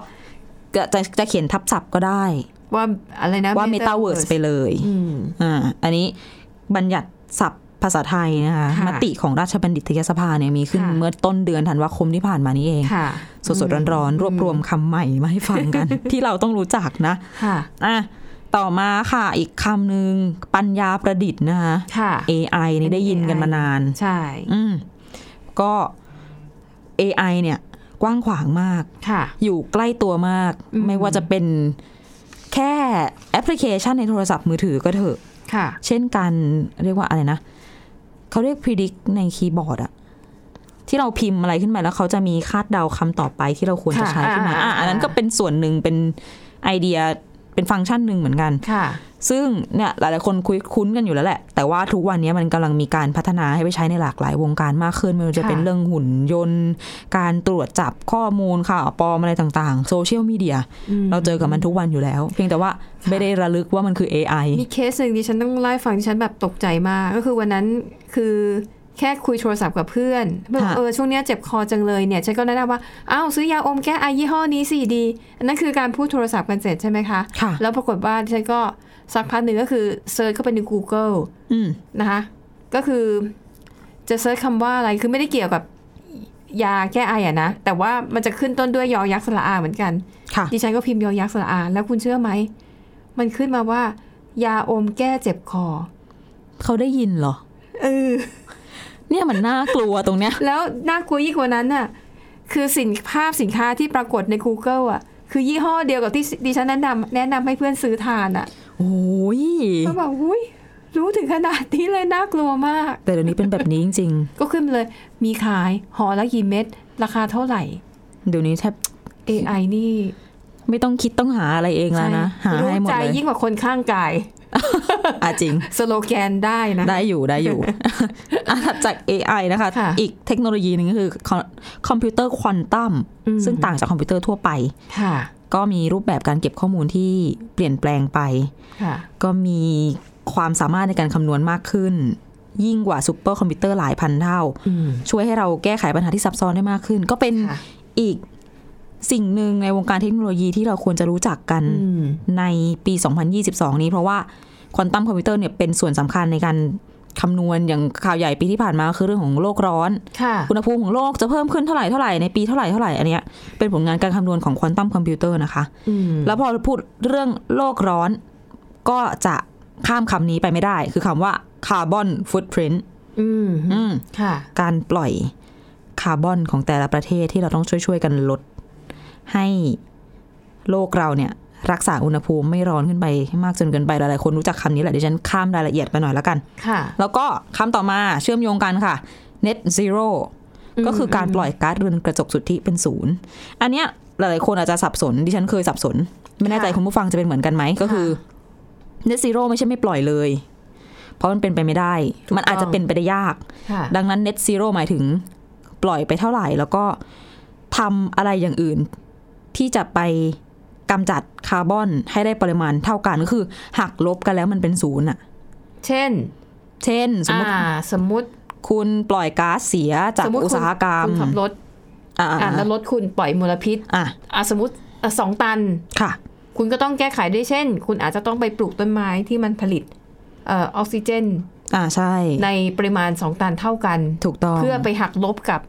C: จะจะจะเขียนทับศัพท์ก็ได้
B: ว่าอะไรนะ
C: ว่าเมตาเวิร์ส
B: Metaverse
C: ไปเลย
B: อืม
C: อ่าอันนี้บัญญัติศัพท์ภาษาไทยนะคะ
B: ค่ะ
C: มติของราชบัณฑิตยสภาเนี่ยมีขึ้น
B: ค่ะ
C: เมื่อต้นเดือนธันวาคมที่ผ่านมานี้เอง
B: ค่ะ
C: สดๆร้อนๆ รวบรวมคำใหม่มาให้ฟัง
B: *laughs*
C: กัน ที่เราต้องรู้จักนะ
B: ค่ะ
C: อ่ะต่อมาค่ะอีกคำหนึ่งปัญญาประดิษฐ์นะคะ
B: ค่ะ
C: AI นี่ได้ยินกันมานาน
B: ใช่
C: อืมก็ AI เนี่ยกว้างขวางมาก
B: ค่ะ
C: อยู่ใกล้ตัวมาก
B: อืม
C: ไม่ว่าจะเป็นแค่แอปพลิเคชันในโทรศัพท์มือถือก็เถอะ
B: ค่ะ
C: เช่นการเรียกว่าอะไรนะ เขาเรียก predict ในคีย์บอร์ดอะที่เราพิมพ์อะไรขึ้นมาแล้วเขาจะมีคาดเดาคำต่อไปที่เราควรจะ
B: ค่ะ
C: ใช้ขึ้นมา
B: อ่า
C: อ่ะ
B: อ่า
C: อันนั้นก็เป็นส่วนหนึ่งเป็นไอเดียเป็นฟังก์ชันหนึ่งเหมือนกัน
B: ค่ะ
C: ซึ่งเนี่ยหลายๆคนคุยคุ้นกันอยู่แล้วแหละ แต่ว่าทุกวันนี้มันกำลังมีการพัฒนาให้ไปใช้ในหลากหลายวงการมากขึ้น ไม่ว่าจะ
B: ค่ะ
C: เป็นเรื่องหุ่นยนต์ การตรวจจับข้อมูลข่าวปลอมอะไรต่างๆ โซเชียลมีเดีย
B: อืม
C: เราเจอกับมันทุกวันอยู่แล้ว เพียงแต่ว่าไม่ได้ระลึกว่ามันคือ AI
B: มีเคสหนึ่งดิฉันต้องเล่าให้ฟังดิฉันแบบตกใจมาก ก็คือวันนั้นคือแค่คุยโทรศัพท์กับเพื่อนเพื่อนบอก
C: ค่ะ
B: เออช่วงเนี้ยเจ็บคอจังเลยเนี่ยฉันก็แนะนำว่าอ้าวซื้อยาอมแก้ไอยี่ห้อนี้สิดีอันนั้นคือการพูดโทรศัพท์กันเสร็จใช่ไหมคะ
C: ค่ะ
B: แล้วปรากฏว่าดิฉันก็สักพักหนึ่งก็คือเซิร์ชเข้าไปใน Google
C: อืม
B: นะคะ ก็คือจะเซิร์ชคำว่าอะไรคือไม่ได้เกี่ยวกับยาแก้ไออะนะ แต่ว่ามันจะขึ้นต้นด้วยยอยักษ์สระอาเหมือนกัน
C: ค่ะ
B: ดิฉันก็พิมพ์ยอยักษ์สระอา แล้วคุณเชื่อไหม มันขึ้นมาว่ายาอมแก้เจ็บคอ
C: เขาได้ยินเหรอ
B: เออ
C: เนี่ยมันน่ากลัวตรงเนี้ย
B: แล้วน่ากลัวยิ่งกว่านั้นน่ะ คือสินภาพสินค้าที่ปรากฏใน Google อ่ะ คือยี่ห้อเดียวกับที่ดิฉันแนะนำแนะนำให้เพื่อนซื้อทานอ่ะ
C: โอ้ย
B: เขาบอกอุ้ยรู้ถึงขนาดนี้เลยน่ากลัวมาก
C: แต่เดี๋ยวนี้เป็นแบบนี้จริง
B: ก็ขึ้นมาเลย มีขายห่อละกี่เม็ด ราคาเท่าไหร่
C: ๆ เดี๋ยวนี้แทบ
B: AI นี่
C: ไม่ต้องคิดต้องหาอะไรเองแล้วนะ หา
B: รู้
C: ให้หมด
B: ใจ
C: เลย
B: ยิ่งกว่าคนข้างกาย
C: อ่ะจริง
B: สโลแกนได้นะ
C: ได้อยู่ได้
B: *laughs*
C: อยู่ อ่ะถัดจาก AI นะคะ
B: ค่ะ
C: อีกเทคโนโลยีหนึ่งก็คือคอมพิวเตอร์ควอนตัม
B: อืม
C: ซึ่งต่างจากคอมพิวเตอร์ทั่วไป
B: ค่ะ
C: ก็มีรูปแบบการเก็บข้อมูลที่เปลี่ยนแปลงไป
B: ค่ะ
C: ก็มีความสามารถในการคำนวณมากขึ้น ยิ่งกว่าซูเปอร์คอมพิวเตอร์หลายพันเท่า
B: อืม
C: ช่วยให้เราแก้ไขปัญหาที่ซับซ้อนได้มากขึ้น ก็เป็น
B: ค่ะ
C: อีกสิ่งหนึ่งในวงการเทคโนโลยีที่เราควรจะรู้จักกัน
B: อืม
C: ในปี 2022 นี้เพราะว่าควอนตัมคอมพิวเตอร์เนี่ยเป็นส่วนสำคัญในการคำนวณอย่างข่าวใหญ่ปีที่ผ่านมาคือเรื่องของโลกร้อน
B: ค่ะ
C: อุณหภูมิของโลกจะเพิ่มขึ้นเท่าไหร่เท่าไหร่ในปีเท่าไหร่เท่าไหร่อันเนี้ยเป็นผลงานการคำนวณของควอนตัมคอมพิวเตอร์นะคะ
B: อืม
C: แล้วพอพูดเรื่องโลกร้อนก็จะข้ามคำนี้ไปไม่ได้ คือคำว่าคาร์บอนฟุตพิ้น
B: อืม ค่ะ
C: การปล่อยคาร์บอนของแต่ละประเทศที่เราต้องช่วยๆกันลด ให้โลกเราเนี่ย รักษาอุณหภูมิไม่ร้อนขึ้นไปมากจนเกินไปหลายๆคนรู้จักคำนี้แหละเดี๋ยวฉันข้ามรายละเอียดไปหน่อยแล้วกัน
B: ค่ะ
C: แล้วก็คำต่อมาเชื่อมโยงกันค่ะ net zero ก็คือการปล่อยก๊าซเรือนกระจกสุทธิเป็นศูนย์ อันเนี้ยหลายๆคนอาจจะสับสน ดิฉันเคยสับสน ไม่แน่ใจ
B: ค่ะ
C: คุณผู้ฟังจะเป็นเหมือนกันไหมก็คือ net zero ไม่ใช่ไม่ปล่อยเลย เพราะมันเป็นไปไม่ได้ มันอาจจะ
B: ต้อง
C: เป็นไปได้ยาก
B: ค่ะ
C: ดังนั้น net zero หมายถึงปล่อยไปเท่าไหร่ แล้วก็ทำอะไรอย่างอื่น ที่จะไปกำจัดคาร์บอนให้ได้ปริมาณเท่ากันก็คือหักลบกันแล้วมันเป็นศูนย์อะ
B: เช่น
C: เช่น สมมติ
B: อ่า สมมติ
C: คุณปล่อยก๊าซเสียจาก
B: สมมติ
C: อุตสาหกรรม
B: คุณขับรถ
C: อ่า
B: อ่าแล้วรถคุณปล่อยมลพิษ
C: อ่ะ
B: อ่าสมมติอ่ะสองตัน
C: ค่ะ
B: คุณก็ต้องแก้ไขด้วยเช่น คุณอาจจะต้องไปปลูกต้นไม้ที่มันผลิตเอ่อออกซิเจน
C: อ่าใช่
B: ในปริมาณสองตันเท่ากัน
C: ถูกต้อง
B: เพื่อไปหักลบกับ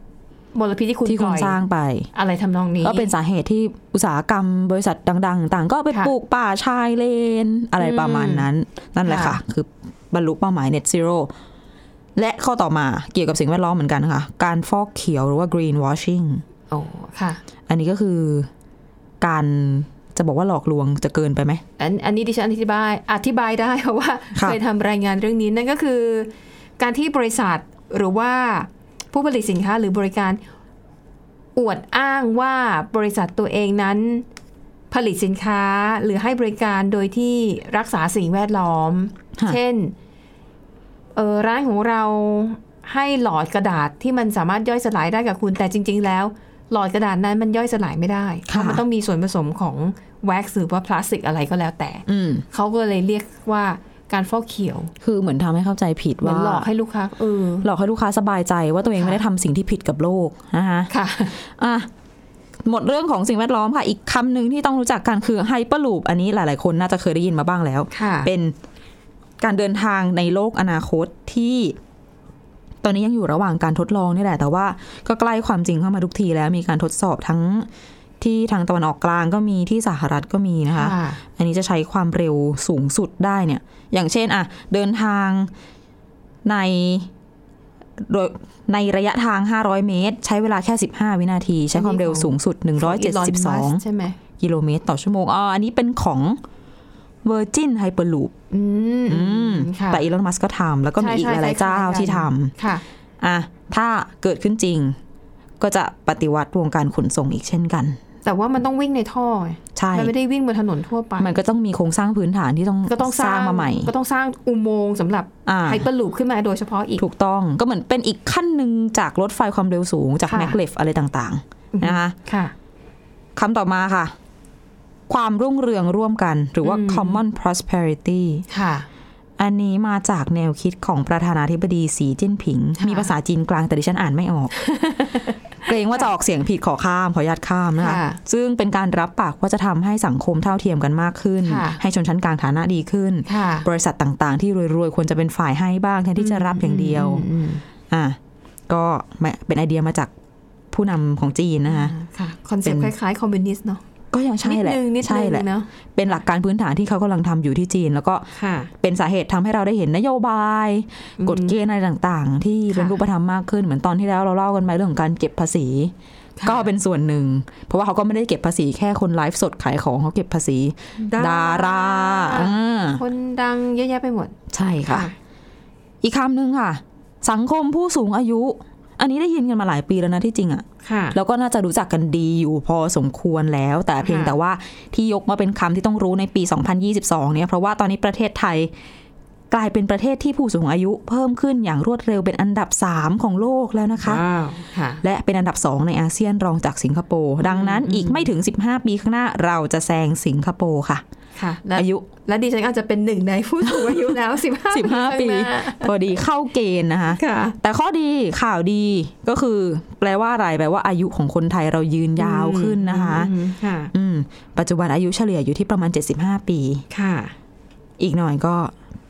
B: มลพิษที่คุณ
C: ที่
B: ป
C: คุ
B: ล่
C: ณ
B: อย
C: สร้างไป
B: อะไรทำนองนี้
C: ก็เป็นสาเหตุที่อุตสาหกรรมบริษัทดัง ๆ ต่างก็ไป
B: ค่ะ
C: ปลูกป่าชายเลน อะไรประมาณนั้น นั่นแหละค่ะ
B: ค่ะ
C: คือบรรลุเป้าหมาย net zero และข้อต่อมาเกี่ยวกับสิ่งแวดล้อมเหมือนกันค่ะ การฟอกเขียวหรือว่า green washing
B: โอ้ค่ะ
C: อันนี้ก็คือการจะบอกว่าหลอกลวงจะเกินไปไหม
B: อันอันนี้ดิฉันอธิบายอธิบายได้ เพราะว่า
C: ค่ะ
B: เคยทำรายงานเรื่องนี้นั่นก็คือ การที่บริษัทหรือว่าผู้ผลิตสินค้าหรือบริการอวดอ้างว่าบริษัทตัวเองนั้น ผลิตสินค้าหรือให้บริการโดยที่รักษาสิ่งแวดล้อม
C: ค่ะ
B: เช่นเออร้านของเราให้หลอดกระดาษที่มันสามารถย่อยสลายได้กับคุณ แต่จริง ๆ แล้ว หลอดกระดาษนั้นมันย่อยสลายไม่ได้เพ
C: ค่ะ
B: ราะมันต้องมีส่วนผสมของแว็กซ์หรือว่าพลาสติกอะไรก็แล้วแต่
C: อืม
B: เขาก็เลยเรียกว่า การฟอกเขียว
C: คือเหมือนทำให้เข้าใจผิด
B: เหมือ
C: ว่า
B: นหลอกให้ลูกค้าเออ
C: หลอกให้ลูกค้าสบายใจว่าตัวเอง
B: ค่ะ
C: ไม่ได้ทำสิ่งที่ผิดกับโลกนะคะ
B: ค่ะ
C: อ่ะหมดเรื่องของสิ่งแวดล้อมค่ะ อีกคำหนึ่งที่ต้องรู้จักกันคือไฮเปอร์ลูปอันนี้หลาย ๆ คนน่าจะเคยได้ยินมาบ้างแล้ว
B: ค่ะ
C: เป็นการเดินทางในโลกอนาคตที่ ตอนนี้ยังอยู่ระหว่างการทดลองนี่แหละ แต่ว่าก็ใกล้ความจริงเข้ามาทุกทีแล้ว มีการทดสอบทั้งที่ทางตะวันออกกลางก็มีที่สหรัฐก็มีนะคะ
B: ค่ะ
C: อันนี้จะใช้ความเร็วสูงสุดได้เนี่ย อย่างเช่นอะเดินทางในโดยในระยะทาง 500 เมตร ใช้เวลาแค่ 15 วินาที ใช้ความเร็วสูงสุด
B: Elon Musk
C: 172
B: ใช่ไหม
C: กิโลเมตรต่อชั่วโมงอ๋ออันนี้เป็นของ Virgin Hyperloop
B: อืม
C: อืม
B: ค่ะ
C: แต่อีลอนมัสก็ทำแล้วก็มีอีกห
B: ใช่ใช่
C: ลายๆเจ้า
B: คล้ยๆกัน
C: ที่ท
B: ค่ะ
C: ำอ่ะถ้าเกิดขึ้นจริง ก็จะปฏิวัติวงการขนส่งอีกเช่นกัน
B: แต่ว่ามันต้องวิ่งในท่อไง
C: ใช่
B: มันไม่ได้วิ่งบนถนนทั่วไป
C: มันก็ต้องมีโครงสร้างพื้นฐานที่ต้อง
B: ก็ต้อง
C: ส
B: ส
C: ร้า
B: ร้าง ง
C: มาใหม่
B: ก็ต้องสร้างอุโมงค์สำหรับ
C: อ่า
B: ไฮเปอร์ลูปขึ้นมาโดยเฉพาะอีก
C: ถูกต้องก็เหมือนเป็นอีกขั้นหนึ่งจากรถไฟความเร็วสูงจาก
B: ค่ะ
C: แมกเลฟอะไรต่างๆนะคะ
B: ค่ะ
C: คำต่อมาค่ะ ความรุ่งเรืองร่วมกัน หรือว่า
B: อืม
C: common prosperity
B: ค่ะ
C: อันนี้มาจากแนวคิดของประธานาธิบดีสีจิ้นผิง
B: ค่ะ
C: มีภาษาจีนกลางแต่ดิฉันอ่านไม่
B: *laughs*
C: ออก เกรงว่าจะออกเสียงผิดขอข้าม ขออนุญาตข้ามนะคะ
B: ค่ะ
C: ซึ่งเป็นการรับปากว่าจะทำให้สังคมเท่าเทียมกันมากขึ้น
B: ค่ะ
C: ให้ชนชั้นกลางฐานะดีขึ้น
B: ค่ะ
C: บริษัทต่างๆ ที่รวยๆควรจะเป็นฝ่ายให้บ้างแทนที่จะรับอย่างเดียว
B: อืม
C: อ่ะก็ไม่เป็นไอเดียมาจากผู้นำของจีน
B: อืม
C: นะคะ
B: ค่ะคอนเซ็ปต์
C: เป็
B: คน ล้ายๆ คอมมิวนิสต์เนาะ
C: ก็ยังใช่
B: นิด
C: แหละ
B: นึงนิด
C: ใช่
B: นึง
C: แหละ
B: เนาะ
C: เป็นหลักการพื้นฐานที่เขากำลังทำอยู่ที่จีน แล้วก็
B: ค่ะ
C: เป็นสาเหตุทำให้เราได้เห็นนโยบาย
B: อืม
C: กฎเกณฑ์อะไรต่างๆ ที่เป็น
B: ค่ะ
C: รูปธรรมมากขึ้นเหมือนตอนที่แล้วเราเล่ากันไปเรื่องของการเก็บภาษี
B: ค่ะ
C: ก็เป็นส่วนหนึ่ง เพราะว่าเขาก็ไม่ได้เก็บภาษีแค่คนไลฟ์สดขายของเขาเก็บภาษี ดาราอ่า
B: คนดังเยอะแยะไปหมด
C: ใช่ค่ะ อีกคำหนึ่งค่ะ สังคมผู้สูงอายุ อันนี้ได้ยินกันมาหลายปีแล้วนะที่จริงอะ
B: ค่ะ
C: แล้วก็น่าจะรู้จักกันดีอยู่พอสมควรแล้ว แต่เพียง
B: ค่ะ
C: แต่ว่าที่ยกมาเป็นคำที่ต้องรู้ในปี 2022 เนี่ยเพราะว่าตอนนี้ประเทศไทย กลายเป็นประเทศที่ผู้สูงอายุเพิ่มขึ้นอย่างรวดเร็วเป็นอันดับ 3 ของโลกแล้วนะคะ
B: ว้าวค่ะ
C: และเป็นอันดับ 2 ในอาเซียนรองจากสิงคโปร์ดังนั้นอีกไม่ถึง 15 ปีข้างหน้าเราจะแซงสิงคโปร์ค่ะ
B: ค่ะ และ
C: อายุ
B: และดิฉันอาจจะเป็นหนึ่งในผู้สูงอายุ *laughs* แล้ว 15
C: 15 ปี
B: ข้างหน้า
C: พอดีเข้าเกณฑ์นะคะ
B: ค่ะ
C: แต่ข้อดีข่าวดีก็คือ แปลว่าอะไรแปลว่าอายุของคนไทยเรายืนยาวขึ้นนะคะ
B: อืมค่ะ
C: อืมปัจจุบันอายุเฉลี่ยอยู่ที่ประมาณ 75 ปี
B: ค่ะ
C: อีกหน่อยก็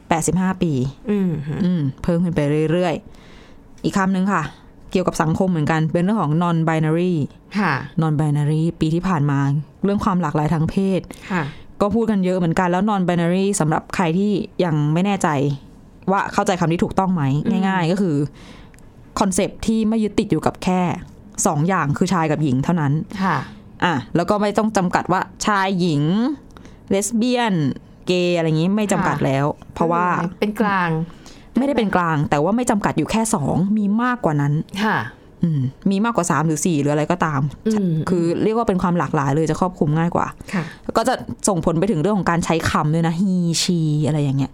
C: 85 ปี
B: อืม
C: อืมเพิ่มขึ้นไปเรื่อยๆ อีกคำหนึ่งค่ะ เกี่ยวกับสังคมเหมือนกัน เป็นเรื่องของ non binary
B: ค่ะ
C: non binary ปีที่ผ่านมา เรื่องความหลากหลายทางเพศ
B: ค่ะ
C: ก็พูดกันเยอะเหมือนกันแล้ว non binary สำหรับใครที่ยังไม่แน่ใจ ว่าเข้าใจคำนี้ถูกต้องไหม ง่ายๆ ก็คือคอนเซปที่ไม่ยึดติดอยู่กับแค่สองอย่างคือชายกับหญิงเท่านั้น
B: ค่ะ
C: อ่ะแล้วก็ไม่ต้องจำกัดว่าชายหญิง เลสเบี้ยน เกย์อะไรอย่างนี้ไม่จำกัดแล้ว เพราะว่า
B: เป็นกลาง
C: ไม่ได้เป็นกลาง แต่ว่าไม่จำกัดอยู่แค่สองมีมากกว่านั้น
B: ค่ะ
C: อืมมีมากกว่าสามหรือสี่หรืออะไรก็ตาม
B: อืม
C: คือเรียกว่าเป็นความหลากหลายเลยจะครอบคลุมง่ายกว่า
B: ค่ะ
C: ก็จะส่งผลไปถึงเรื่องของการใช้คำด้วยนะฮีชีอะไรอย่างเงี้ย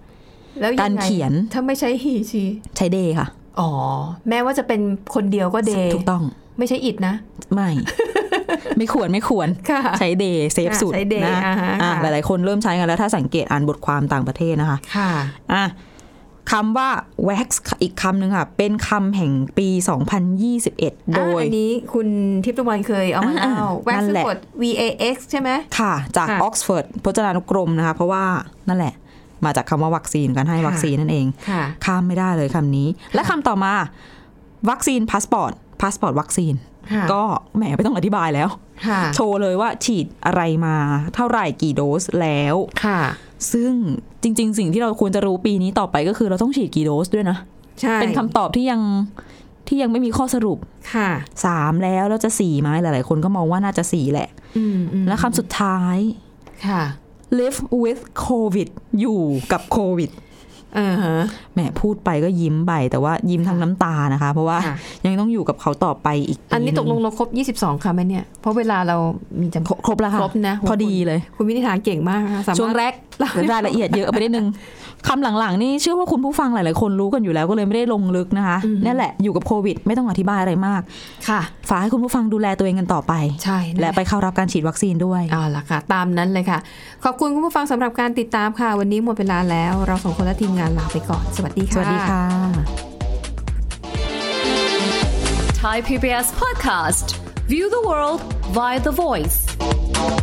B: แล้วงไง
C: การเขียน
B: ถ้าไม่ใช้ฮีชี
C: ใช้เดย์ค่ะ
B: อ๋อ แม้ว่าจะเป็นคนเดียวก็เดย์
C: ถูกต้อง
B: ไม่ใช่อิดนะ
C: ไม่ ไม่ควรไม่ควร
B: ค่ะ
C: ใช้เดย์เซฟ
B: อ่ะ
C: สุด
B: ใช้ day
C: นะ
B: อ่าฮะ
C: อ่ะ
B: ค่ะ
C: หลายๆคนเริ่มใช้กันแล้วถ้าสังเกตอ่านบทความต่างประเทศนะคะ
B: ค่ะ
C: อ่ะคำว่า wax อีกคำหนึ่งค่ะ เป็นคำแห่งปี 2021 โด
B: โดย
C: ย
B: อันนี้คุณทิพย์ตะวันเคยเอามา
C: อ่า
B: เล่าแว็ก
C: นั่น
B: ซ์
C: แหละ
B: กด V A X ใช่ไหม
C: ค่ะ จาก
B: ค่ะ
C: ออกซฟอร์ดพจนานุกรมนะคะ เพราะว่านั่นแหละ มาจากคำว่าวัคซีนการให้วัคซีนนั่นเอง
B: ค่ะ
C: ข้ามไม่ได้เลยคำนี้ และคำต่อมา วัคซีนพาสปอร์ตพาสปอร์ตวัคซีน
B: ค่ะ
C: ก็แหมไม่ต้องอธิบายแล้ว
B: ค่ะ
C: โชว์เลยว่าฉีดอะไรมาเท่าไหร่กี่โดสแล้ว
B: ค่ะ
C: ซึ่งจริง ๆ สิ่งที่เราควรจะรู้ปีนี้ต่อไปก็คือเราต้องฉีดกี่โดสด้วยนะ
B: ใช่
C: เป็นคำตอบที่ยังที่ยังไม่มีข้อสรุป
B: ค่ะ
C: สามแล้วแล้วจะสี่ไหมหลาย ๆ คนก็มองว่าน่าจะสี่แหละ
B: อืมอืม
C: และคำสุดท้าย
B: ค่ะ
C: live with covid อยู่กับโควิด
B: เออฮะ
C: แหมพูดไปก็ยิ้มไปแต่ว่ายิ้มทั้งน้ำตานะคะ เพราะว่า
B: ค่ะ
C: ยังต้องอยู่กับเขาต่อไปอีกปี
B: อันนี้ตกลง
C: ห
B: เราครบ 22คำไหมเนี่ย เพราะเวลาเรามีจำ
C: ครบครบแล้วค่ะ
B: ครบนะ
C: พอดีเลย
B: คุณวินิธาเก่งมากนะคะสามารถ *laughs*
C: ช่วงแรกรายละเอียดเยอะไปนิดนึง คำหลังๆ นี่เชื่อว่าคุณผู้ฟังหลายๆ คนรู้กันอยู่แล้วก็เลยไม่ได้ลงลึกนะคะ
B: อือฮึ
C: นั่นแหละอยู่กับโควิด ไม่ต้องอธิบายอะไรมาก
B: ค่ะ
C: ฝากให้คุณผู้ฟังดูแลตัวเองกันต่อไป
B: ใช่น
C: และไปเข้ารับการฉีดวัคซีนด้วย
B: เอาละค่ะ ตามนั้นเลยค่ะ ขอบคุณคุณผู้ฟังสำหรับการติดตามค่ะ วันนี้หมดเวลาแล้ว เราสองคนและทีมงานลาไปก่อน สวัสดีค่ะ
C: สวัสดีค่ะ
D: Thai PBS podcast. View the world via the voice.